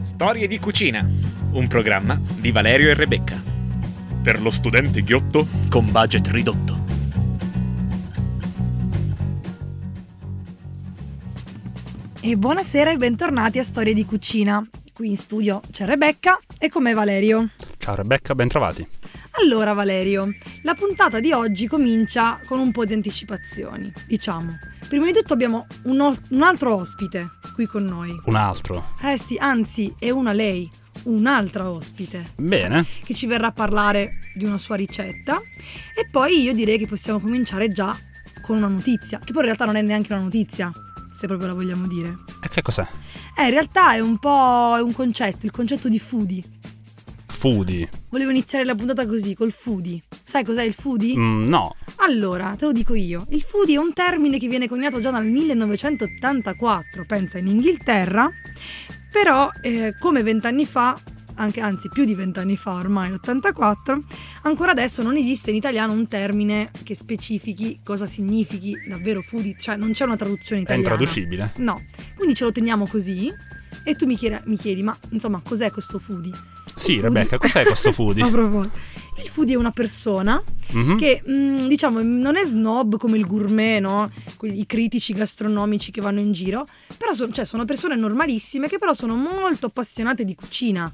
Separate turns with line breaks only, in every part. Storie di cucina, un programma di Valerio e Rebecca. Per lo studente ghiotto con budget ridotto.
E buonasera e bentornati a Storie di Cucina. Qui in studio c'è Rebecca e con me Valerio.
Ciao Rebecca, bentrovati.
Allora Valerio, la puntata di oggi comincia con un po' di anticipazioni, diciamo. Prima di tutto abbiamo un, os- un altro ospite qui con noi.
Un altro.
Eh sì, anzi, è una lei, un'altra ospite,
Bene,
che ci verrà a parlare di una sua ricetta. E poi io direi che possiamo cominciare già con una notizia, che poi in realtà non è neanche una notizia, se proprio la vogliamo dire.
e che cos'è?
Eh, in realtà è un po' è un concetto, il concetto di foodie.
Foodie.
Volevo iniziare la puntata così, col foodie. Sai cos'è il foodie?
Mm, no,
Allora, te lo dico io. Il foodie è un termine che viene coniato già dal 1984, pensa in Inghilterra, però eh, come vent'anni fa, anche, anzi più di vent'anni fa ormai, l'84, ancora adesso non esiste in italiano un termine che specifichi cosa significhi davvero foodie, cioè non c'è una traduzione
è
italiana.
intraducibile.
No, quindi ce lo teniamo così e tu mi chiedi, mi chiedi ma insomma cos'è questo foodie?
Sì,
Il foodie-
Rebecca, cos'è questo
A
foodie?
proposito, il foodie è una persona
Mhm.
che mm, diciamo non è snob come il gourmet, no? Quelli- I critici gastronomici che vanno in giro, però son- cioè, sono persone normalissime che però sono molto appassionate di cucina.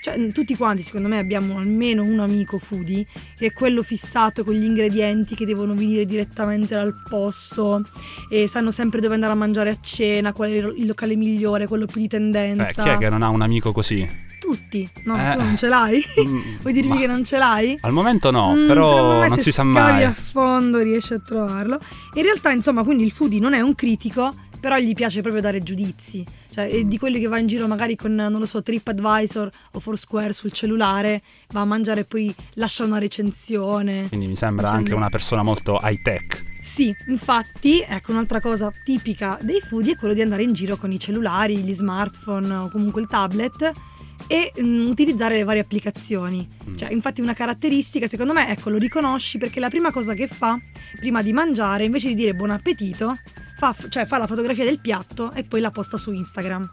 Cioè, mm, tutti quanti, secondo me, abbiamo almeno un amico foodie, che è quello fissato con gli ingredienti che devono venire direttamente dal posto e sanno sempre dove andare a mangiare a cena, qual è il il locale migliore, quello più di tendenza.
Eh, chi è che non ha un amico così?
Tutti. No,
Eh.
tu non ce l'hai?
Mm,
Vuoi dirmi
ma-
che non ce l'hai?
Al momento Certo no,
Mm, secondo
però
me
non
se
si sa
scavi
mai.
a fondo riesci a trovarlo. In realtà, insomma, quindi il foodie non è un critico, però gli piace proprio dare giudizi. Cioè, è di quelli che va in giro magari con, non lo so, TripAdvisor o Foursquare sul cellulare, va a mangiare e poi lascia una recensione.
Quindi mi sembra
Bisogna-
anche una persona molto high tech.
Sì, infatti, ecco un'altra cosa tipica dei foodie è quello di andare in giro con i cellulari, gli smartphone o comunque il tablet e mm, utilizzare le varie applicazioni.
Mm.
Cioè, infatti una caratteristica, secondo me, ecco, lo riconosci perché la prima cosa che fa, prima di mangiare, invece di dire buon appetito, fa, cioè, fa la fotografia del piatto e poi la posta su Instagram.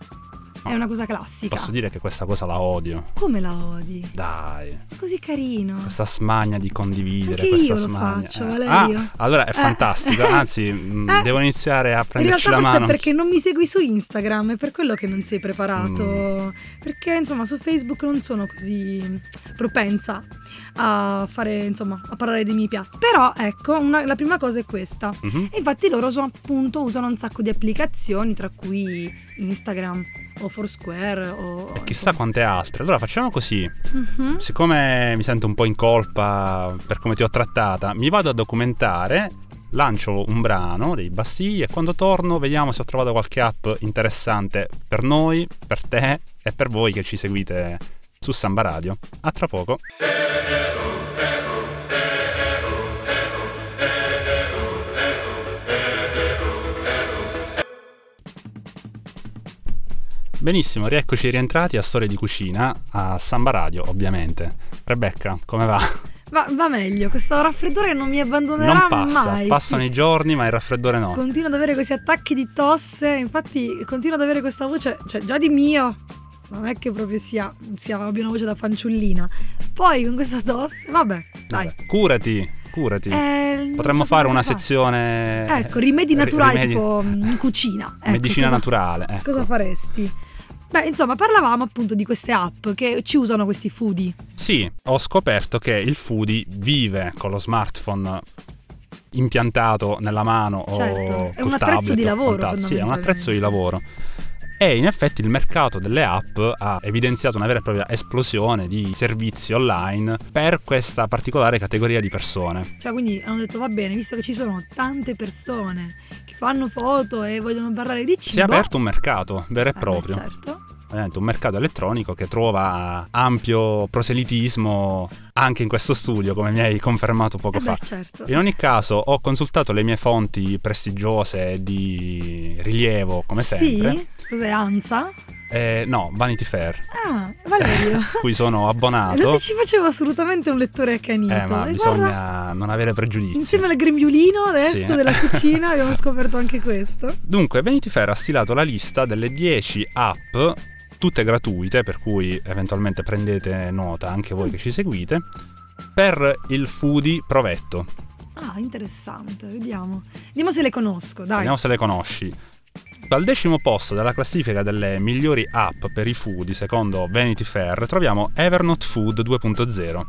È una cosa classica.
Posso dire che questa cosa la odio.
Come la odi?
Dai,
Così carino.
questa smania di condividere,
Anche
questa
io lo
smania.
faccio,
eh.
Valerio.
Ah, allora è
Eh.
fantastico. Anzi, mm,
Eh.
devo iniziare a
In realtà
prenderci la
forse
mano.
è perché non mi segui su Instagram, è per quello che non sei preparato.
Mm.
Perché insomma su Facebook non sono così propensa a fare, insomma, a parlare dei miei piatti. Però ecco, una- la prima cosa è questa.
Mhm.
E infatti loro so- appunto usano un sacco di applicazioni, tra cui Instagram o Foursquare o...
E Eh, chissà quante altre. Allora facciamo così.
Mhm.
Siccome mi sento un po' in colpa per come ti ho trattata, mi vado a documentare, lancio un brano dei Bastiglia e quando torno vediamo se ho trovato qualche app interessante per noi, per te e per voi che ci seguite su Samba Radio. A tra poco. Benissimo, rieccoci rientrati a Storie di Cucina, a Samba Radio ovviamente. Rebecca, come va?
Va, va meglio, questo raffreddore non mi abbandonerà
non passa,
mai.
passano
sì.
i giorni ma il raffreddore no.
Continuo ad avere questi attacchi di tosse, infatti continuo ad avere questa voce, cioè già di mio, non è che proprio sia, sia abbia una voce da fanciullina. Poi con questa tosse, vabbè, dai.
Vabbè, Curati, curati.
Eh, non
Potremmo
so
fare
come
una
fare.
sezione... eh,
Ecco, rimedi
ri-
naturali
rimedi-
tipo mm, in cucina. Ecco,
medicina
cosa-
naturale. ecco.
Cosa faresti? Beh, insomma, parlavamo appunto di queste app che ci usano questi foodie.
Sì, ho scoperto che il foodie vive con lo smartphone impiantato nella mano
Certo,
o
è
col
un attrezzo
tablet
di
o col
lavoro,
tab- Sì, è un
fondamentalmente.
attrezzo di lavoro. E in effetti il mercato delle app ha evidenziato una vera e propria esplosione di servizi online per questa particolare categoria di persone.
Cioè, quindi hanno detto, va bene, visto che ci sono tante persone che fanno foto e vogliono parlare di cibo...
Si è aperto un mercato vero e
Eh, beh,
proprio.
certo.
veramente un mercato elettronico che trova ampio proselitismo anche in questo studio, come mi hai confermato poco
Eh
fa.
beh, certo.
In ogni caso ho consultato le mie fonti prestigiose e di rilievo, come sempre.
Sì, cos'è ANSA?
Eh, no, Vanity Fair,
Ah, Valerio.
cui sono
non
abbonato.
ti ci facevo assolutamente un lettore accanito.
Eh, ma
E guarda,
bisogna non avere pregiudizi.
insieme al grembiulino adesso
Sì.
della cucina abbiamo scoperto anche questo.
Dunque, Vanity Fair ha stilato la lista delle 10 app tutte gratuite, per cui eventualmente prendete nota anche voi che ci seguite, per il Foodie Provetto.
Ah, interessante, vediamo. Vediamo se le conosco, dai.
Vediamo se le conosci. Al decimo posto della classifica delle migliori app per i foodie, secondo Vanity Fair, troviamo Evernote Food 2.0.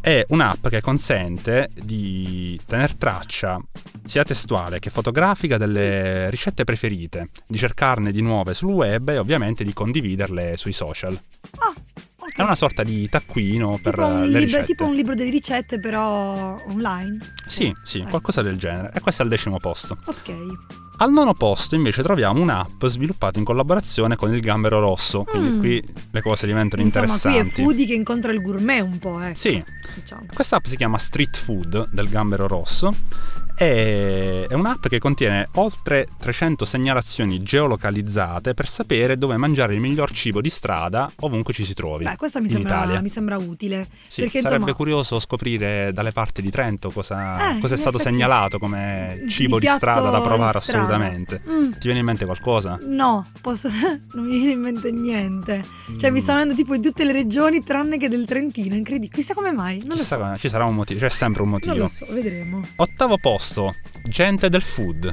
È un'app che consente di tener traccia sia testuale che fotografica delle ricette preferite, di cercarne di nuove sul web e ovviamente di condividerle sui social.
Ah, ok.
È una sorta di taccuino per
tipo, un
le
libro-
ricette.
tipo un libro delle ricette, però online.
Sì, sì,
Ecco.
qualcosa del genere. E questo è al decimo posto.
Ok.
Al nono posto invece troviamo un'app sviluppata in collaborazione con il Gambero Rosso, quindi
Mm.
qui le cose diventano
Insomma, qui è
interessanti.
foodie che incontra il gourmet un po', eh.
Sì,
Diciamo.
questa app si chiama Street Food del Gambero Rosso e è un'app che contiene oltre 300 segnalazioni geolocalizzate per sapere dove mangiare il miglior cibo di strada ovunque ci si trovi.
Beh, questa mi
in
sembra,
Italia.
mi sembra utile.
Sì,
perché,
sarebbe
insomma-
curioso scoprire dalle parti di Trento cosa,
Eh,
cosa è
in
stato
effetti-
segnalato come
di
cibo di,
piatto
strada da provare
di strada.
assolutamente.
Mm,
Ti viene in mente qualcosa?
no, posso... non mi viene in mente niente. Cioè, mi
Mm.
stanno venendo tipo di tutte le regioni tranne che del Trentino, incredibile. Chissà come mai, non lo
Chissà
so.
come- ci sarà un motivo, c'è sempre un
Non
motivo.
lo so, vedremo.
Ottavo posto, Gente del Food,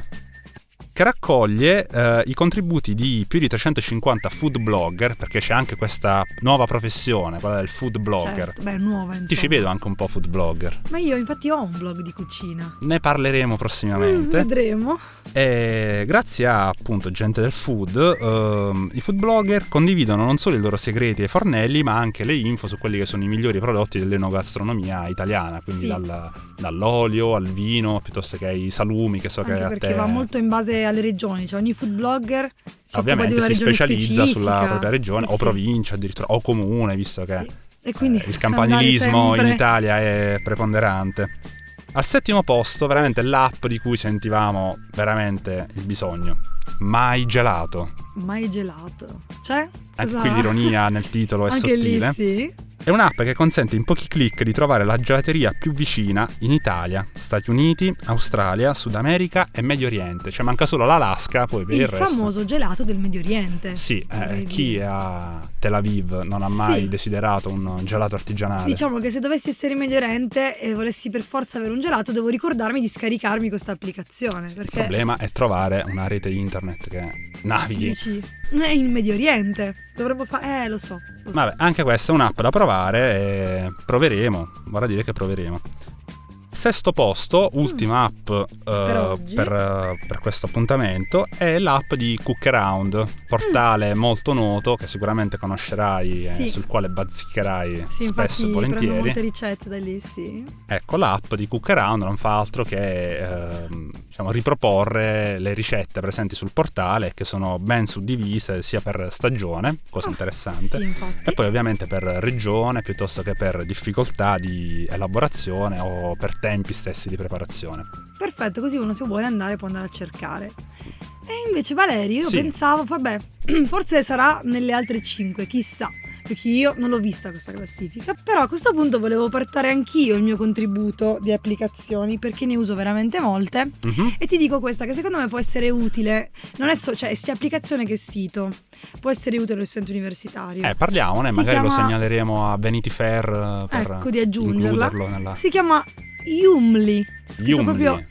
che raccoglie eh, i contributi di più di 350 food blogger, perché c'è anche questa nuova professione, quella del food blogger.
Certo, beh, è nuova,
Ti ci
insomma.
vedo anche un po' food blogger.
Ma io infatti ho un blog di cucina.
Ne parleremo
Mm,
prossimamente.
vedremo.
E grazie a appunto gente del food, ehm, i food blogger condividono non solo i loro segreti e fornelli, ma anche le info su quelli che sono i migliori prodotti dell'enogastronomia italiana, quindi
Sì.
dal- dall'olio al vino, piuttosto che ai salumi, che so che
Anche
a
perché
te-
va molto in base alle regioni, cioè ogni food blogger si
ovviamente
occupa
si
di una regione
specializza sulla
specifica.
propria regione
Sì,
o
sì,
provincia addirittura o comune, visto che
sì. E quindi
eh, il campanilismo
andare
in
sempre-
Italia è preponderante. Al settimo posto, veramente l'app di cui sentivamo veramente il bisogno. Mai gelato.
Mai gelato. Cioè,
Anche
cosa-
Eh, qui l'ironia nel titolo è
Anche
sottile.
lì sì.
È un'app che consente in pochi clic di trovare la gelateria più vicina in Italia, Stati Uniti, Australia, Sud America e Medio Oriente. Cioè manca solo l'Alaska, poi per il,
il
resto.
famoso gelato del Medio Oriente.
Sì, eh,
Vedi?
chi a Tel Aviv non ha mai
Sì.
desiderato un gelato artigianale?
Diciamo che se dovessi essere in Medio Oriente e volessi per forza avere un gelato, devo ricordarmi di scaricarmi questa applicazione.
il
Perché
problema è trovare una rete internet che navighi.
dici, "Eh, in Medio Oriente dovrebbe fare. Eh, lo so. lo so.
Vabbè, anche questa è un'app da provare e proveremo, vorrà dire che proveremo. Sesto posto, ultima app eh,
Mm. oggi.
per, eh, per questo appuntamento, è l'app di Cook Around, portale molto noto che sicuramente conoscerai e
Mm. Sì.
sul quale bazzicherai
Sì,
spesso
infatti
e
prendo
volentieri.
molte ricette da lì, sì.
Ecco, l'app di Cook Around non fa altro che ehm, diciamo, riproporre le ricette presenti sul portale che sono ben suddivise sia per stagione, cosa
Ah,
interessante,
Sì, infatti.
e poi ovviamente per regione piuttosto che per difficoltà di elaborazione o per tempi stessi di preparazione.
Perfetto, così uno se vuole andare può andare a cercare. E invece Valerio, io
Sì.
pensavo, vabbè, forse sarà nelle altre 5, chissà, perché io non l'ho vista questa classifica. Però a questo punto volevo portare anch'io il mio contributo di applicazioni, perché ne uso veramente molte.
Mhm.
E ti dico questa che secondo me può essere utile, non è so- cioè sia applicazione che sito, può essere utile allo studente universitario.
Eh, parliamone,
Si
magari lo
chiama-
segnaleremo a Vanity Fair eh, per
Ecco, di aggiungerla.
includerlo nella...
Si chiama Yumli, scritto
Yumli.
proprio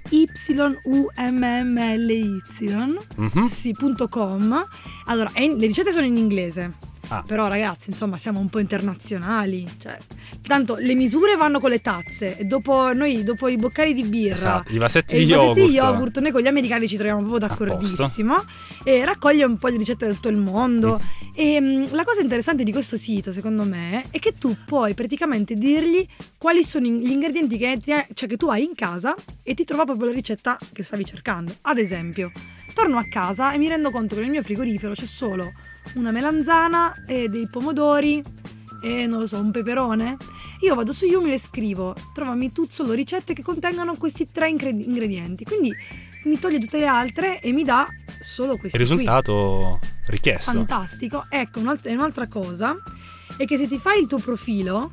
Y-U-M-M-L-Y.
Mhm.
Sì, punto com. Allora, è in- le ricette sono in inglese.
Ah.
Però ragazzi, insomma, siamo un po' internazionali. Cioè, tanto le misure vanno con le tazze e dopo noi, dopo i boccali di birra
Esatto, i vasetti
e
di
i
yogurt.
vasetti di yogurt, noi con gli americani ci troviamo proprio
A posto.
d'accordissimo. E raccoglie un po' di ricette da tutto il mondo. E mh, la cosa interessante di questo sito, secondo me, è che tu puoi praticamente dirgli quali sono in- gli ingredienti che, ti ha- cioè, che tu hai in casa e ti trova proprio la ricetta che stavi cercando. Ad esempio, torno a casa e mi rendo conto che nel mio frigorifero c'è solo una melanzana e dei pomodori e non lo so, un peperone. Io vado su Yumi e scrivo, trovami tu solo ricette che contengano questi tre ingre- ingredienti. Quindi mi toglie tutte le altre e mi dà solo questi.
Il
qui.
risultato richiesto.
Fantastico. Ecco, un'alt- e un'altra cosa è che se ti fai il tuo profilo,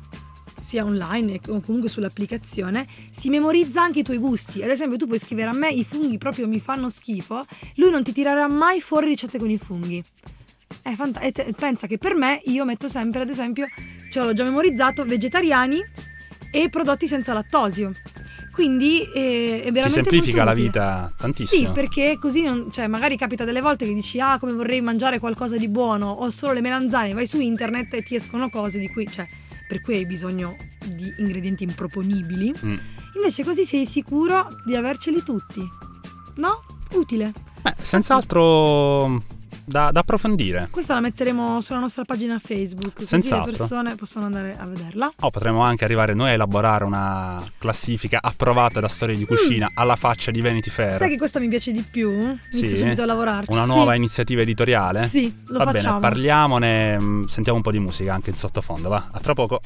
sia online e- o comunque sull'applicazione, si memorizza anche i tuoi gusti. Ad esempio, tu puoi scrivere a me i funghi proprio mi fanno schifo, lui non ti tirerà mai fuori ricette con i funghi. È fanta- e te- pensa che per me io metto sempre, ad esempio, ce l'ho già memorizzato, vegetariani e prodotti senza lattosio. Quindi eh, è veramente...
Ti semplifica la
molto utile.
vita tantissimo.
Sì, perché così non- cioè, magari capita delle volte che dici ah come vorrei mangiare qualcosa di buono o solo le melanzane, vai su internet e ti escono cose di cui, cioè, per cui hai bisogno di ingredienti improponibili.
Mm.
Invece così sei sicuro di averceli tutti. No? Utile.
Beh, senz'altro mm, da, da approfondire.
Questa la metteremo sulla nostra pagina Facebook, così le
Senz'altro.
persone possono andare a vederla.
Oh, potremmo anche arrivare noi a elaborare una classifica approvata da storie di cucina alla faccia di Vanity Fair.
Mm. Sai che questa mi piace di più? Inizio
Sì?
subito a lavorarci.
Una
Sì.
nuova iniziativa editoriale?
Sì, lo
va
facciamo.
bene, parliamone, mh, sentiamo un po' di musica anche in sottofondo, va. A tra poco.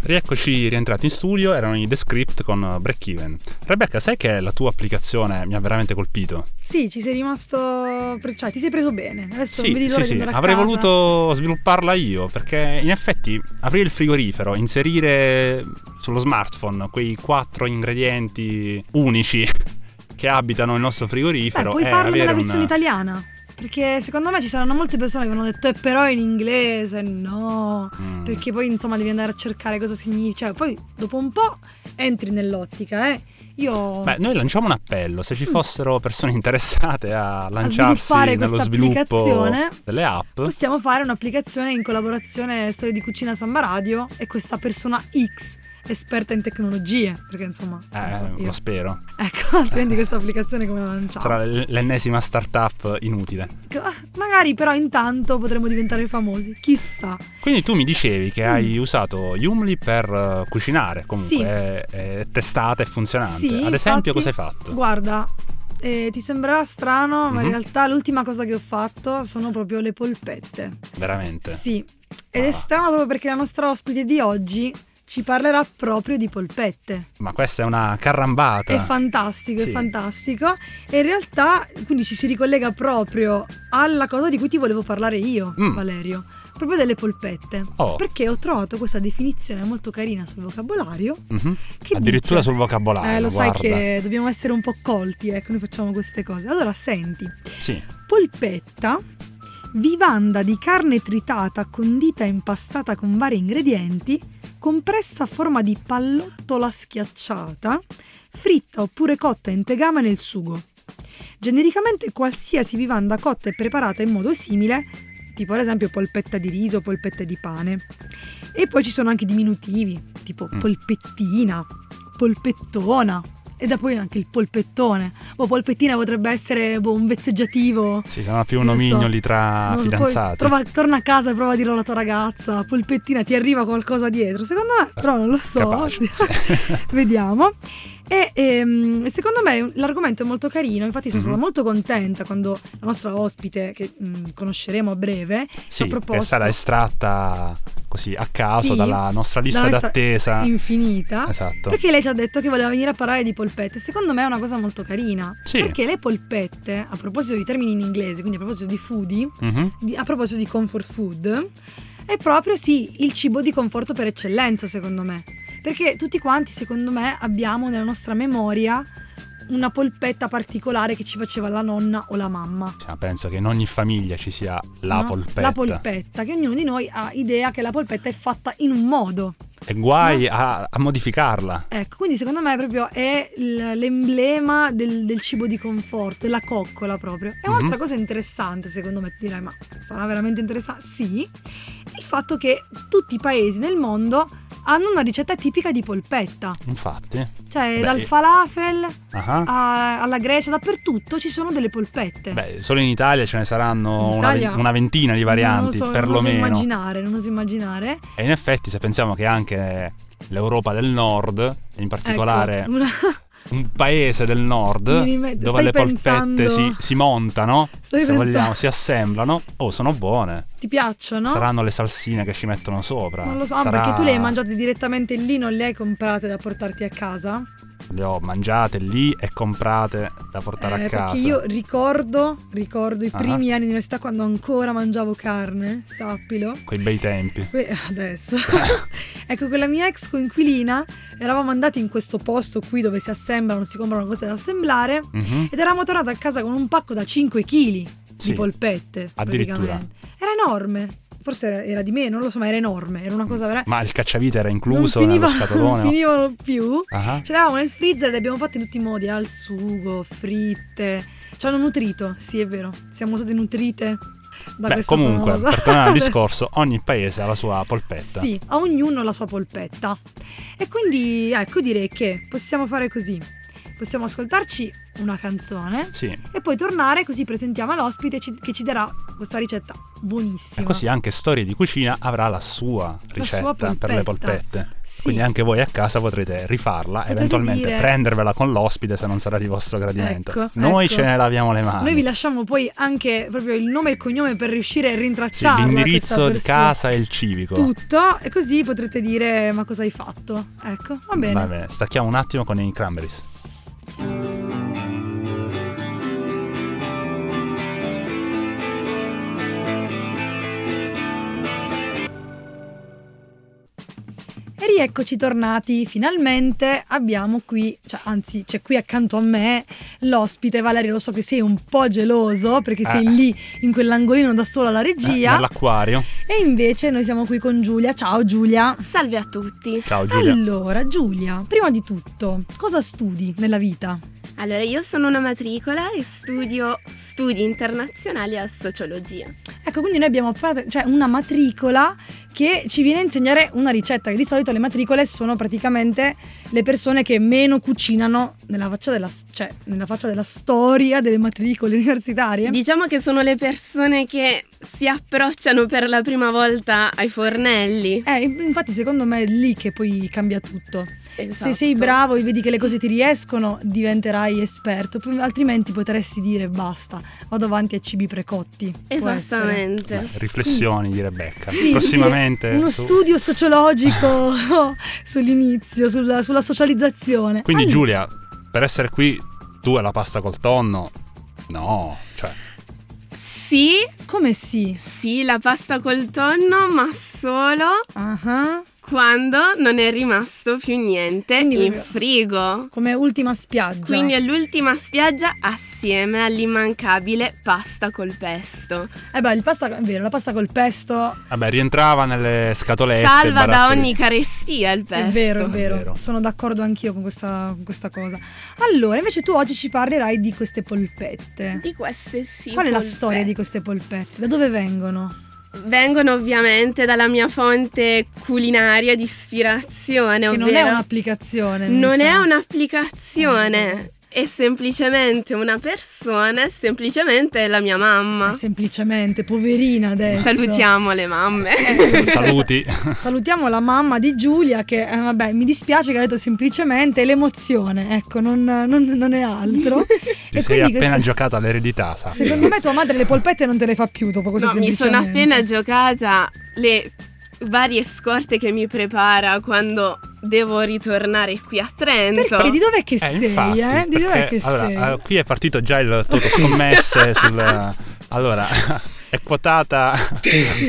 Rieccoci rientrati in studio, erano i The Script con Break Even. Rebecca, sai che la tua applicazione mi ha veramente colpito?
Sì, ci sei rimasto. pre- cioè, ti sei preso bene. Adesso non vedi l'ora
sì,
di
sì,
andare a
avrei
casa.
voluto svilupparla io perché in effetti aprire il frigorifero, inserire sullo smartphone quei quattro ingredienti unici che abitano il nostro
Beh,
frigorifero
puoi
è
farlo
avere
nella
un-
versione italiana. Perché secondo me ci saranno molte persone che avranno detto, eh, però in inglese no.
Mm.
Perché poi insomma devi andare a cercare cosa significa. Cioè, poi dopo un po' entri nell'ottica, eh. Io.
Beh, noi lanciamo un appello, se ci fossero persone interessate a lanciarsi
Mm. sviluppare
nello
questa
sviluppo
applicazione,
delle app,
Possiamo fare un'applicazione in collaborazione Storia di Cucina Samba Radio e questa persona X, esperta in tecnologie, perché insomma... non so
eh,
io.
lo certo. spero,
Ecco, quindi questa applicazione come la lanciamo?
sarà l- l'ennesima startup inutile.
Ah, Magari però intanto potremmo diventare famosi, chissà.
Quindi tu mi dicevi che hai usato Yumli per eh, cucinare, comunque
Mm. Sì.
è, è testata e funzionante.
Sì,
Ad
infatti-
esempio, cosa hai fatto?
Guarda, eh, ti sembrerà strano, ma in
Mhm.
realtà l'ultima cosa che ho fatto sono proprio le polpette.
Veramente.
Sì, ed è
Ah.
strano proprio perché la nostra ospite di oggi ci parlerà proprio di polpette.
Ma questa è una
È
carrambata.
fantastico, è
Ah. Sì.
fantastico. E in realtà, quindi ci si ricollega proprio alla cosa di cui ti volevo parlare io,
Mm.
Valerio. Proprio delle polpette.
Oh.
Perché ho trovato questa definizione molto carina sul vocabolario.
Mhm.
Che
Addirittura
dice-
sul vocabolario.
Eh, lo sai
guarda.
che dobbiamo essere un po' colti, ecco, noi facciamo queste cose. Allora, senti,
Sì.
polpetta, vivanda di carne tritata condita e impastata con vari ingredienti, compressa a forma di pallottola schiacciata, fritta oppure cotta in tegame nel sugo. Genericamente qualsiasi vivanda cotta e preparata in modo simile, tipo ad esempio polpetta di riso, polpette di pane. E poi ci sono anche diminutivi, tipo
Mm.
polpettina, polpettona e da poi anche il polpettone. O polpettina potrebbe essere boh, un vezzeggiativo.
Sì, sarà più
Non so.
nomignoli tra
No, poi
Ah, fidanzati.
trova- torna a casa e prova a dirlo alla tua ragazza, polpettina, ti arriva qualcosa dietro. Secondo me, però non lo so.
Capace, sì.
Vediamo. E ehm, secondo me l'argomento è molto carino, infatti sono
Mhm.
stata molto contenta quando la nostra ospite, che mh, conosceremo a breve, ci
Sì,
ha
che
proposto
sarà estratta così a caso
Sì,
dalla nostra lista
dalla lista-
d'attesa.
infinita.
Esatto.
Perché lei ci ha detto che voleva venire a parlare di polpette. Secondo me è una cosa molto carina.
Sì.
Perché le polpette, a proposito di termini in inglese, quindi a proposito di foodie,
Mhm.
di- a proposito di comfort food, è proprio sì il cibo di conforto per eccellenza, secondo me. Perché tutti quanti, secondo me, abbiamo nella nostra memoria una polpetta particolare che ci faceva la nonna o la mamma.
Cioè, penso che in ogni famiglia ci sia la
no?
polpetta.
La polpetta, che ognuno di noi ha idea che la polpetta è fatta in un modo.
E guai a- a modificarla.
Ecco, quindi secondo me proprio è l- l'emblema del, del cibo di conforto, è la coccola proprio. E
Mhm.
un'altra cosa interessante, secondo me, tu dirai, ma sarà veramente interessante? Sì, è il fatto che tutti i paesi nel mondo hanno una ricetta tipica di polpetta,
Infatti.
cioè
Beh,
dal
e-
falafel
Ah.
a- alla Grecia, dappertutto ci sono delle polpette.
Beh, solo in Italia ce ne saranno
In
una,
Italia-
una ventina di varianti,
non lo so,
perlomeno.
Non oso immaginare, non oso immaginare. Ecco,
e in effetti, se pensiamo che anche l'Europa del Nord, e in particolare
Ecco, una-
un paese del Nord,
Mi rime-
dove
stai
le
polpette
polpette si, si montano,
Stai
se
pensando-
vogliamo, si assemblano, oh, sono buone.
Ti piacciono?
Saranno le salsine che ci mettono sopra.
Non lo so, ah,
Sarà-
perché tu le hai mangiate direttamente lì, non le hai comprate da portarti a casa?
le ho mangiate lì e comprate da portare
Eh,
a casa.
Perché io ricordo, ricordo i
Ah.
primi anni di università quando ancora mangiavo carne, sappilo.
Quei bei tempi.
Que- Adesso. ecco, con la mia ex coinquilina eravamo andati in questo posto qui dove si assemblano, si comprano cose da assemblare
Mhm.
ed eravamo tornati a casa con un pacco da 5 kg
Sì.
di polpette.
Addirittura.
praticamente. Era enorme, forse era, era di meno, non lo so, ma era enorme, era una cosa vera.
Ma il cacciavite era incluso
eh. non, finiva-
nello scatolone.
non finivano più.
Ah,
Ce l'avevamo nel freezer e le abbiamo fatte in tutti i modi, al sugo, fritte. Ci hanno nutrito, sì è vero, siamo state nutrite da
Beh,
questa
comunque,
famosa.
per tornare al discorso, ogni paese ha la sua polpetta.
Sì, a ognuno la sua polpetta. E quindi ecco direi che possiamo fare così. Possiamo ascoltarci una canzone
Sì.
e poi tornare così presentiamo l'ospite ci- che ci darà questa ricetta buonissima.
E così anche Storie di Cucina avrà la sua ricetta
sua
per
polpetta.
le polpette.
Sì.
Quindi anche voi a casa potrete rifarla,
Potete
eventualmente
dire-
prendervela con l'ospite se non sarà di vostro gradimento.
Ecco,
Noi
ecco.
ce ne laviamo le mani.
Noi vi lasciamo poi anche proprio il nome e il cognome per riuscire a
Sì,
rintracciarla.
l'indirizzo
questa
di
persona.
casa e il civico.
Tutto, e così potrete dire ma cosa hai fatto. Ecco, va bene.
Vabbè, stacchiamo un attimo con i cranberries.
E rieccoci tornati, finalmente abbiamo qui, cioè, anzi c'è qui accanto a me l'ospite Valerio, lo so che sei un po' geloso perché sei
Eh.
lì in quell'angolino da sola alla
Eh,
regia
nell'acquario.
e invece noi siamo qui con Giulia, ciao Giulia.
Salve a tutti.
Ciao Giulia.
Allora Giulia, prima di tutto, cosa studi nella vita?
Allora, io sono una matricola e studio studi internazionali a sociologia.
Ecco, quindi noi abbiamo appena- cioè, una matricola che ci viene a insegnare una ricetta, che di solito le matricole sono praticamente le persone che meno cucinano nella faccia della, cioè, nella faccia della storia delle matricole universitarie.
Diciamo che sono le persone che si approcciano per la prima volta ai fornelli.
Eh, infatti secondo me è lì che poi cambia tutto. Se
Esatto.
sei bravo e vedi che le cose ti riescono, diventerai esperto, poi- altrimenti potresti dire basta, vado avanti a cibi precotti. Può essere.
Esattamente.
Beh, riflessioni di Rebecca.
Sì, sì,
Prossimamente.
uno
su-
studio sociologico oh, sull'inizio, sulla, sulla socializzazione.
Quindi
Allora,
Giulia, per essere qui, tu e la pasta col tonno? No, cioè,
Sì,
Come sì?
sì, la pasta col tonno, ma solo
Ah,
quando non è rimasto più niente
Quindi
in
proprio-
frigo.
Come ultima spiaggia.
Quindi è l'ultima spiaggia assieme all'immancabile pasta col pesto.
Eh beh, il pasta, è vero, la pasta col pesto,
vabbè, rientrava nelle scatolette.
Salva da
barattoli.
ogni carestia il pesto.
è vero, è vero,
È vero.
Sono d'accordo anch'io con questa, con questa cosa. Allora, invece tu oggi ci parlerai di queste polpette.
Di queste sì.
Qual è la
polpette.
storia di queste polpette? Da dove vengono?
Vengono ovviamente dalla mia fonte culinaria di ispirazione,
Che
ovvero
non è un'applicazione. mi
non è
sa.
un'applicazione, è semplicemente una persona, è semplicemente la mia
Eh,
mamma.
Semplicemente, poverina adesso.
Salutiamo le mamme.
Eh,
Saluti.
Salutiamo la mamma di Giulia che, eh, vabbè, mi dispiace che ha detto semplicemente l'emozione, ecco, non, non- non è altro.
Ti sei
quindi
appena
questa-
giocata all'eredità, sai.
Secondo me tua madre le polpette non te le fa più dopo così
No, mi sono
semplicemente.
appena giocata le varie scorte che mi prepara quando devo ritornare qui a Trento.
Perché di dov'è che sei,
infatti,
eh? Di dov'è
perché-
che
allora,
sei?
eh, qui è partito già il toto scommesse sul... Allora, è quotata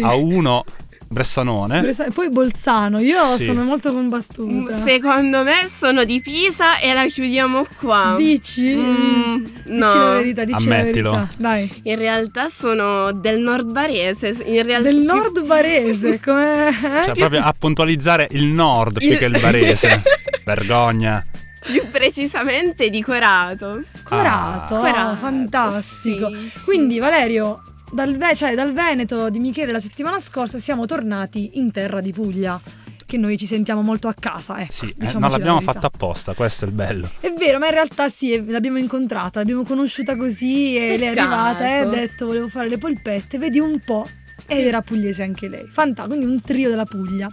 a 1 Bressanone.
Presa- Poi Bolzano, io
eh? Sì.
sono molto
Mm,
combattuta.
Secondo me sono di Pisa e la chiudiamo qua.
Dici?
Mm,
Dici la
no,
verità, dici
Ammettilo.
la verità. Dai.
in realtà sono del nord barese. In realtà
Del nord barese, come eh?
Cioè, proprio a puntualizzare il nord più
Il-
che il barese. Vergogna.
più precisamente di Corato.
Corato,
Ah. Corato,
fantastico.
sì, sì.
Quindi Valerio, dal, Ve- cioè, dal Veneto di Michele la settimana scorsa siamo tornati in terra di Puglia, che noi ci sentiamo molto a casa. Ecco,
Sì, eh,
diciamoci
non
la
l'abbiamo
verità.
fatta apposta, questo è il bello.
È vero, ma in realtà sì, è- l'abbiamo incontrata, l'abbiamo conosciuta così e
Per
lei è arrivata e ha
caso.
detto volevo fare le polpette, vedi un po'. Ed era pugliese anche lei. Fanta, quindi un trio della Puglia.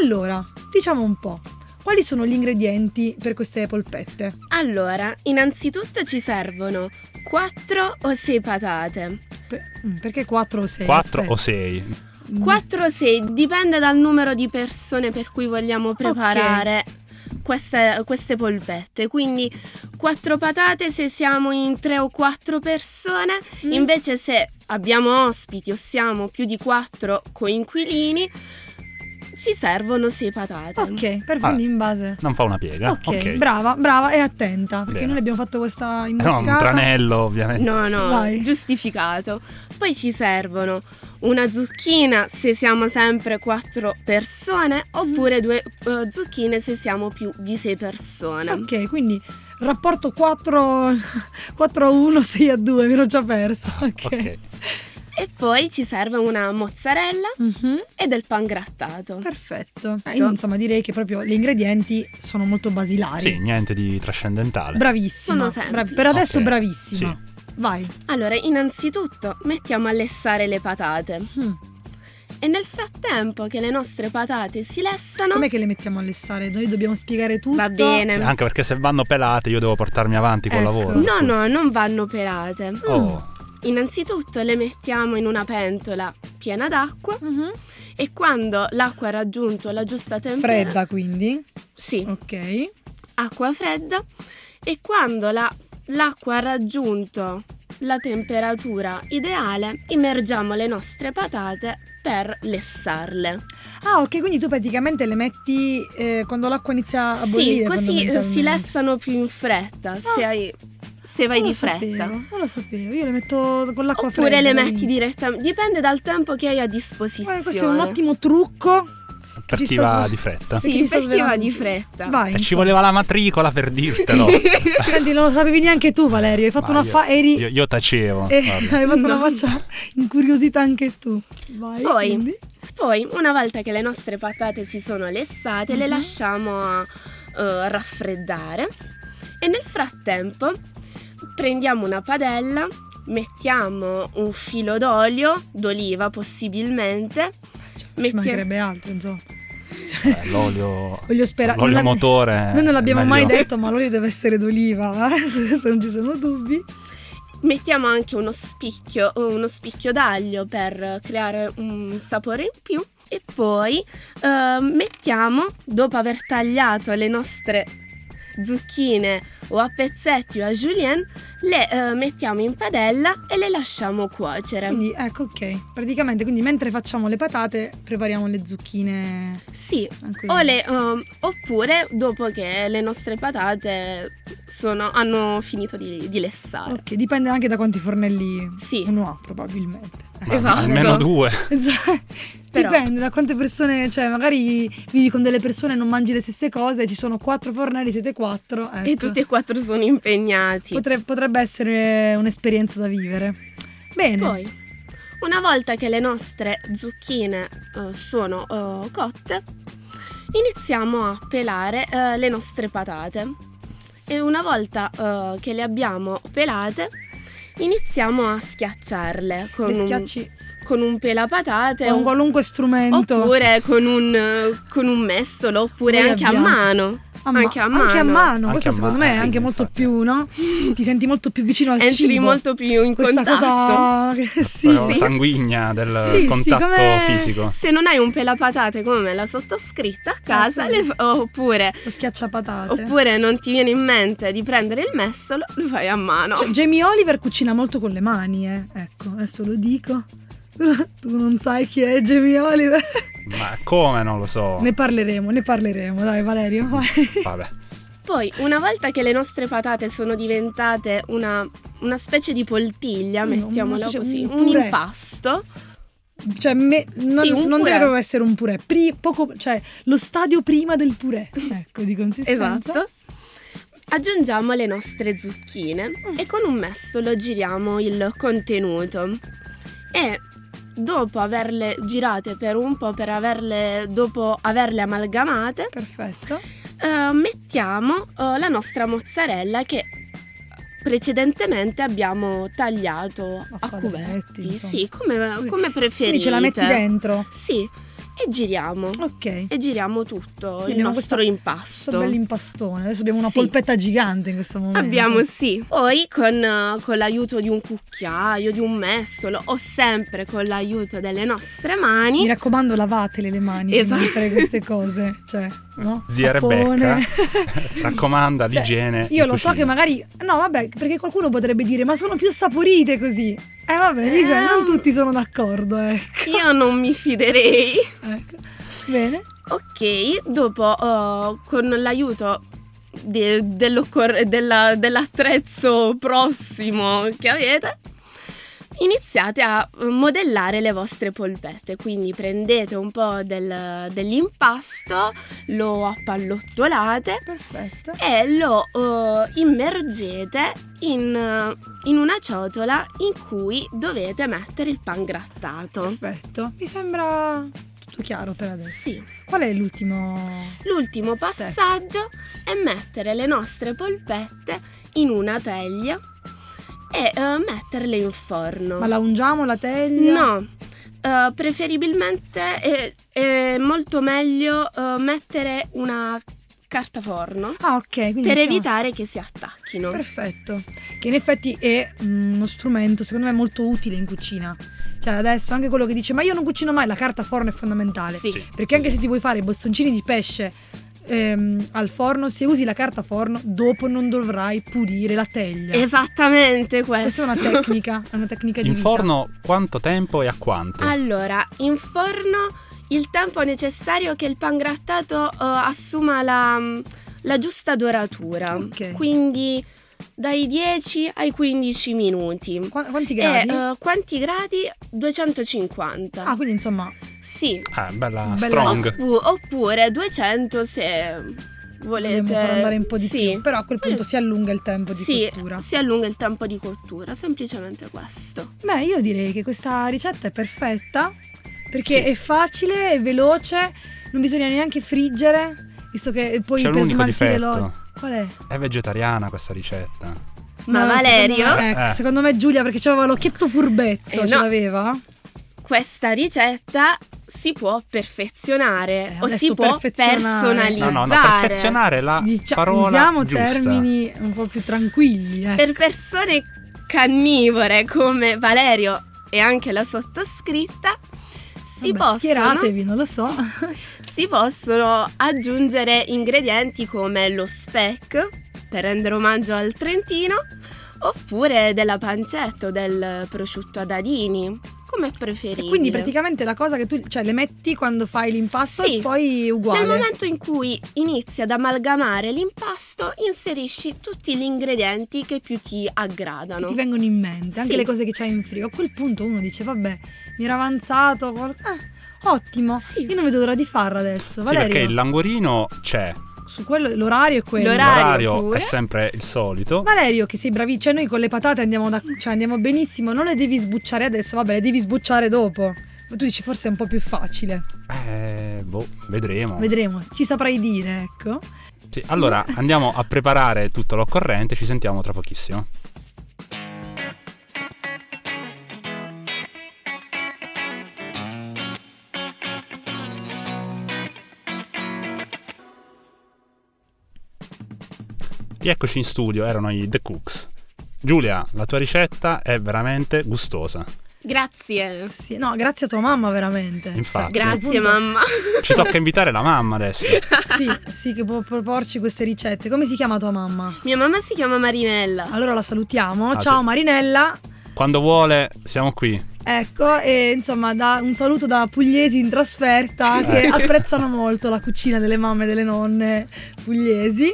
Allora, diciamo un po', quali sono gli ingredienti per queste polpette?
Allora, innanzitutto ci servono 4 o 6 patate.
Per- mm, perché 4 o 6?
4 o 6?
Mm. 4 o 6 dipende dal numero di persone per cui vogliamo preparare queste, queste polpette. Quindi quattro patate se siamo in tre o quattro persone.
Mm.
Invece se abbiamo ospiti o siamo più di quattro coinquilini, ci servono sei patate.
Ok, per
Ah.
quindi in base.
Non fa una piega. Ok.
Ok, brava, brava e attenta. Perché
Bene.
noi abbiamo fatto questa
Eh no,
indoscata.
un tranello, ovviamente.
No, no,
Vai.
giustificato. Poi ci servono una zucchina se siamo sempre quattro persone oppure due eh, zucchine se siamo più di sei persone.
Ok, quindi rapporto 4, 4 a 1, 6 a 2, mi ero già persa. Ok.
Ok.
E poi ci serve una mozzarella
Mhm,
e del pan grattato.
Perfetto. Eh, io, insomma, direi che proprio gli ingredienti sono molto basilari.
Sì, niente di trascendentale.
Bravissima.
Sono semplici.
bravi- per adesso
Ok,
bravissima.
sì.
Vai.
Allora, innanzitutto mettiamo a lessare le patate.
Mm.
E nel frattempo che le nostre patate si lessano,
Com'è che le mettiamo a lessare? Noi dobbiamo spiegare tutto.
va bene.
Sì, anche perché se vanno pelate io devo portarmi avanti col
Ecco. Mm.
lavoro.
No, no, non vanno pelate.
Oh,
Innanzitutto le mettiamo in una pentola piena d'acqua
Mhm.
e quando l'acqua ha raggiunto la giusta temperatura...
Fredda, quindi.
Sì,
Ok.
acqua fredda. E quando la- l'acqua ha raggiunto la temperatura ideale, immergiamo le nostre patate per lessarle.
Ah, ok, quindi tu praticamente le metti eh, quando l'acqua inizia a
sì,
bollire.
così eh, si
fondamentalmente.
lessano più in fretta, se, hai- se vai
Ah. Non lo
di fretta.
sapevo, non lo sapevo, io le metto con l'acqua fredda.
Oppure le metti
quindi.
direttamente, dipende dal tempo che hai a
Guarda,
disposizione.
questo è un ottimo trucco.
per
Ci
chi
sta
va
su-
di fretta.
che ci
Sì,
sta
perché va
svelando.
di fretta.
Vai.
E Eh, ci
insomma.
voleva la matricola per dirtelo.
Senti, non lo sapevi neanche tu, Valerio. Hai fatto
Ma
una
io-
fa. Eri.
Io, io tacevo.
eh,
guarda.
hai fatto una
No.
faccia incuriosita anche tu. Vai.
Poi,
quindi.
Poi, una volta che le nostre patate si sono lessate, le
Mhm.
lasciamo a, eh, raffreddare e nel frattempo prendiamo una padella, mettiamo un filo d'olio, d'oliva possibilmente,
Cioè, ci
mettiamo-
mancherebbe altro, insomma.
Eh, l'olio.
Voglio sperare.
L'olio motore.
Noi non l'abbiamo
è
mai
meglio.
detto, ma l'olio deve essere d'oliva. eh, Su questo non ci sono dubbi.
mettiamo anche uno spicchio, uno spicchio d'aglio per creare un sapore in più e poi eh, mettiamo, dopo aver tagliato le nostre zucchine o a pezzetti o a julienne, le eh, mettiamo in padella e le lasciamo cuocere.
Quindi, ecco, ok. Praticamente, quindi, mentre facciamo le patate, prepariamo le zucchine.
Sì,
Anche-
o le, ehm, oppure dopo che le nostre patate sono- hanno finito di, di lessare.
Ok, dipende anche da quanti fornelli
Sì.
uno ha, probabilmente.
Ma
Esatto.
Almeno due.
Cioè,
Però-
Dipende da quante persone, cioè, magari vivi con delle persone e non mangi le stesse cose, ci sono quattro fornelli, siete quattro. Ecco.
E tutti e quattro sono impegnati.
Potre- potrebbe essere un'esperienza da vivere. Bene.
Poi, una volta che le nostre zucchine eh, sono eh, cotte, iniziamo a pelare eh, le nostre patate. E una volta eh, che le abbiamo pelate, iniziamo a schiacciarle con,
le
un-
schiacci
con un pelapatate
con
o-
qualunque strumento.
oppure con un, eh, con un mestolo, oppure
Noi
anche
abbiamo-
a mano.
Ah, ma-
anche a
Anche a
mano.
mano.
Anche
Questo
a
secondo
mano,
me è
sì,
anche molto
infatti.
più, no? Ti senti molto più vicino al
Entri
cibo.
molto più in
Questa
contatto.
cosa che sì.
Proprio
Sì.
sanguigna del
Sì, sì,
contatto
com'è-
fisico.
Se non hai un pelapatate come la sottoscritta a casa,
Ah, sì.
le fa- oppure,
Lo schiacciapatate.
oppure non ti viene in mente di prendere il mestolo, lo fai a mano.
Cioè, Jamie Oliver cucina molto con le mani, eh. Ecco, adesso lo dico. Tu non sai chi è Jamie Oliver.
Ma come non lo so.
Ne parleremo, ne parleremo. Dai, Valerio, vai.
Vabbè.
Poi, una volta che le nostre patate sono diventate una, una specie di poltiglia,
Mm, una
mettiamola
specie-
così,
un
un,
purè.
impasto,
Cioè, me- non,
Sì, un
non
purè.
dovrebbe essere un purè. Pri- poco- cioè, lo stadio prima del purè. Ecco, di consistenza.
esatto, aggiungiamo le nostre zucchine e con un mestolo giriamo il contenuto. E dopo averle girate per un po', per averle, dopo averle amalgamate,
Perfetto.
Eh, mettiamo eh, la nostra mozzarella che precedentemente abbiamo tagliato
A
a
quadretti,
cubetti.
insomma.
Sì, come, come preferite.
Quindi ce la metti dentro.
Sì, e giriamo.
Ok.
E giriamo tutto il
abbiamo
nostro
questo- Questo
impasto.
bell'impastone. Adesso abbiamo una
Sì.
polpetta gigante in questo momento.
Abbiamo sì. Poi con, eh, con l'aiuto di un cucchiaio, di un mestolo o sempre con l'aiuto delle nostre
Mi
mani.
raccomando, lavatele le mani
Esatto.
prima di fare queste cose. Cioè, no?
Zia Rebecca
Sapone.
raccomanda
Cioè,
l'igiene.
Io
in
lo so
cucina.
che magari. No, vabbè, perché qualcuno potrebbe dire: Ma sono più saporite così. Eh, vabbè, dico,
Ehm.
non tutti sono d'accordo. Ecco.
Io non mi fiderei.
ecco. Bene.
Ok, dopo eh, con l'aiuto de- dell'occor- della- dell'attrezzo prossimo che avete, iniziate a modellare le vostre polpette. Quindi prendete un po' del- dell'impasto, lo appallottolate
Perfetto.
e lo eh, immergete in, eh, in una ciotola in cui dovete mettere il pan grattato.
Perfetto. Mi sembra tutto chiaro per adesso.
Sì.
Qual è l'ultimo?
L'ultimo passaggio è mettere le nostre polpette in una teglia e eh, metterle in forno.
Ma la ungiamo la teglia?
No, eh, preferibilmente è, è molto meglio eh, mettere una carta forno
Ah, ok. Quindi
per
mettiamo-
evitare che si attacchino.
Perfetto. Che in effetti è mm, uno strumento, secondo me, molto utile in cucina. Cioè, adesso anche quello che dice, ma io non cucino mai, la carta forno è fondamentale.
Sì.
Perché anche se ti vuoi fare i bastoncini di pesce ehm, al forno, se usi la carta forno, dopo non dovrai pulire la teglia.
Esattamente
Questa
questo.
è una tecnica, è una tecnica di
In
vita.
forno quanto tempo e a quanto?
Esatto.
Allora, in forno il tempo necessario che il pan grattato eh, assuma la, mm, la giusta doratura.
Ok.
Quindi dai 10 ai 15 minuti.
Qua- quanti gradi?
E eh, quanti gradi? 250.
ah, quindi insomma,
Eh, sì.
Ah, bella,
Bella-
strong.
Oppu- oppure 200 se volete.
dobbiamo far andare un po' di
cioè, sì.
più, però a quel punto si allunga il tempo di
Sì,
cottura.
si allunga il tempo di cottura, semplicemente questo.
Beh, io direi che questa ricetta è perfetta perché è facile, è veloce, non bisogna neanche friggere, visto che poi
C'è
per
l'unico
smaltire l'olio-
difetto.
Qual è?
È vegetariana questa ricetta.
Ma
No,
Valerio?
Secondo me, ecco,
Eh.
secondo me Giulia perché c'aveva l'occhietto furbetto,
Eh,
ce
no.
l'aveva.
questa ricetta si può perfezionare
Eh,
o
adesso
si può
perfezionare.
personalizzare.
No, no, no, perfezionare la
Dicia-
Ah, parola
usiamo
giusta.
termini un po' più tranquilli. eh.
Per persone cannivore come Valerio e anche la sottoscritta Eh, si,
Vabbè,
possono,
Schieratevi, non lo so.
si possono aggiungere ingredienti come lo speck per rendere omaggio al Trentino oppure della pancetta o del prosciutto a dadini come
E
preferite.
quindi praticamente la cosa che tu cioè, le metti quando fai l'impasto
Sì.
e poi uguale.
Nel momento in cui inizi ad amalgamare l'impasto, inserisci tutti gli ingredienti che più ti
che
aggradano.
ti vengono in mente, anche
Sì.
le cose che c'hai in frigo. A quel punto uno dice: Vabbè, mi era avanzato. qual- eh, ottimo,
Sì.
io non vedo l'ora di farlo adesso.
Sì, perché
Valerio,
il languorino c'è.
su quello l'orario è quello.
L'orario.
L'orario
pure.
è sempre il solito.
Valerio, che sei bravi, cioè noi con le patate andiamo, da- cioè andiamo benissimo, non le devi sbucciare adesso, vabbè, le devi sbucciare dopo. Tu dici forse è un po' più facile.
Eh, boh, vedremo.
Vedremo, ci saprai dire, ecco.
Sì, allora andiamo a preparare tutto l'occorrente, ci sentiamo tra pochissimo. Rieccoci in studio, erano i The Cooks. Giulia, la tua ricetta è veramente gustosa.
Grazie.
Sì, no, grazie a tua mamma, veramente.
Infatti.
Cioè, a questo
Grazie
punto-
mamma.
Ci tocca invitare la mamma adesso.
Sì, sì, che può proporci queste ricette. Come si chiama tua mamma?
Mia mamma si chiama Marinella.
Allora la salutiamo.
Ah,
Ciao
sì.
Marinella.
Quando vuole, siamo qui.
Ecco, e insomma, da- un saluto da pugliesi in trasferta che apprezzano molto la cucina delle mamme e delle nonne pugliesi.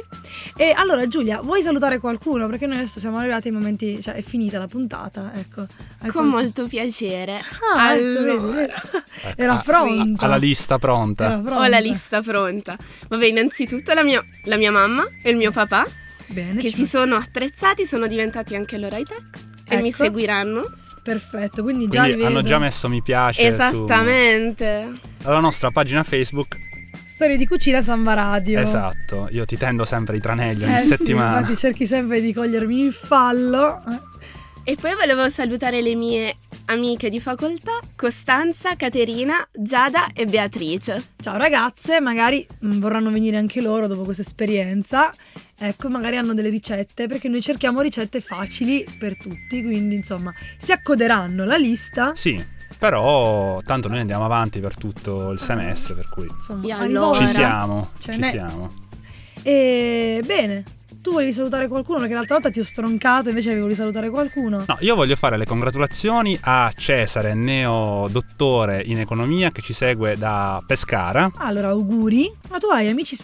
E allora, Giulia, vuoi salutare qualcuno? Perché noi adesso siamo arrivati ai momenti, cioè è finita la puntata, ecco. Hai
Con
qual-
molto piacere.
Ah, ecco, vedi,
Allora,
vedi. Era
Ah,
pronta.
Alla lista pronta.
Era pronta.
ho la lista pronta. Vabbè, innanzitutto la mia, la mia mamma e il mio papà
Bene,
che
ci
si sono attrezzati, sono diventati anche loro high tech e mi
Ecco.
seguiranno.
perfetto. Quindi, già
Quindi
li
hanno
vedo.
già messo mi piace su-
Esattamente.
alla nostra pagina Facebook.
storie di cucina Samba Radio.
Esatto, io ti tendo sempre i tranelli ogni
Eh sì,
settimana.
infatti cerchi sempre di cogliermi in fallo. Eh.
E poi volevo salutare le mie amiche di facoltà, Costanza, Caterina, Giada e Beatrice.
Ciao ragazze, magari mh, vorranno venire anche loro dopo questa esperienza. Ecco, magari hanno delle ricette, perché noi cerchiamo ricette facili per tutti, quindi insomma si accoderanno la lista.
Sì, però tanto noi andiamo avanti per tutto il semestre, per cui
Insomma,
E
al
allora?
volo,
ci
era.
siamo,
ce
ci
n'è.
siamo.
E bene, tu volevi salutare qualcuno perché l'altra volta ti ho stroncato, invece avevi voluto salutare qualcuno.
No, io voglio fare le congratulazioni a Cesare, neo dottore in economia che ci segue da Pescara.
Allora, auguri. Ma tu hai amici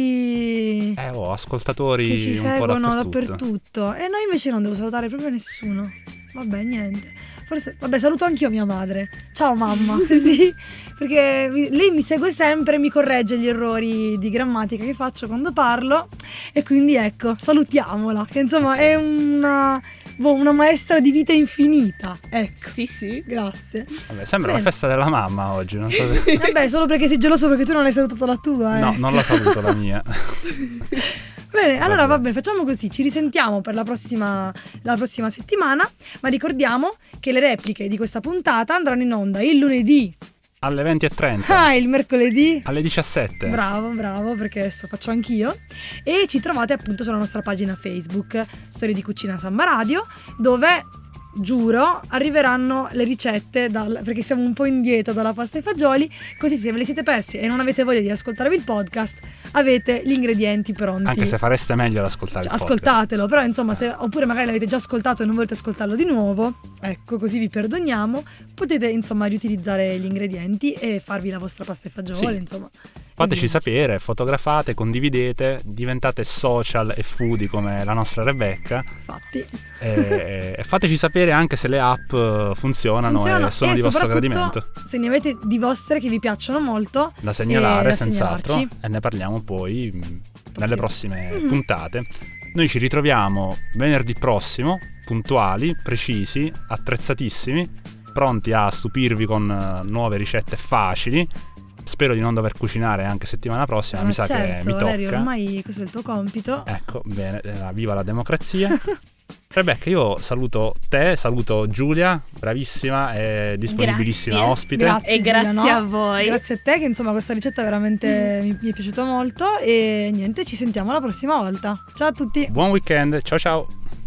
sparsi
Eh, ho ascoltatori
che ci
un
seguono
po'
dappertutto. E noi invece non devo salutare proprio nessuno. Vabbè, niente. Forse, vabbè, saluto anch'io mia madre. Ciao mamma, sì, perché mi- lei mi segue sempre e mi corregge gli errori di grammatica che faccio quando parlo. E quindi ecco, salutiamola, che insomma è una, boh, una maestra di vita infinita. Ecco,
Sì, sì.
grazie.
Vabbè, sembra
Bene.
la festa della mamma oggi, non so se-
Vabbè, solo perché sei geloso perché tu non hai salutato la tua. eh.
No, non la saluto la mia.
Bene, allora
Vabbè.
vabbè, facciamo così, ci risentiamo per la prossima, la prossima settimana, ma ricordiamo che le repliche di questa puntata andranno in onda il lunedì,
Alle 20.30,
ah, il mercoledì.
alle 17.
Bravo, bravo, perché adesso faccio anch'io. E ci trovate appunto sulla nostra pagina Facebook, Storie di Cucina Samba Radio, dove giuro arriveranno le ricette, dal- perché siamo un po' indietro dalla pasta ai fagioli, così se ve le siete persi e non avete voglia di ascoltarvi il podcast, avete gli ingredienti pronti.
Anche se fareste meglio ad ascoltare il podcast.
Cioè,
Eh.
Ascoltatelo, però insomma, se, oppure magari l'avete già ascoltato e non volete ascoltarlo di nuovo, ecco, così vi perdoniamo. Potete insomma riutilizzare gli ingredienti e farvi la vostra pasta e fagioli,
Sì.
insomma.
Fateci
E-
sapere, fotografate, condividete, diventate social e foodie come la nostra Rebecca
Infatti,
e, e fateci sapere anche se le app eh, funzionano,
funzionano
e sono
e
di vostro
soprattutto,
gradimento.
Se ne avete di vostre che vi piacciono molto,
Da segnalare
Eh, da
senz'altro
segnalarci.
e ne parliamo poi mh,
Prossimo.
nelle prossime
Mhm.
puntate. Noi ci ritroviamo venerdì prossimo, puntuali, precisi, attrezzatissimi, pronti a stupirvi con eh, nuove ricette facili. Spero di non dover cucinare anche settimana prossima,
ma
Eh, mi sa
certo,
che mi
Valerio,
tocca.
ormai questo è il tuo compito.
Ecco, bene, eh, viva la democrazia. Rebecca, io saluto te, saluto Giulia, bravissima e disponibilissima
Grazie.
ospite.
Grazie,
E grazie
Giulia, no?
a voi.
Grazie a te che insomma questa ricetta veramente mi, mi è piaciuta molto e niente, ci sentiamo la prossima volta. Ciao a tutti.
Buon weekend, ciao ciao.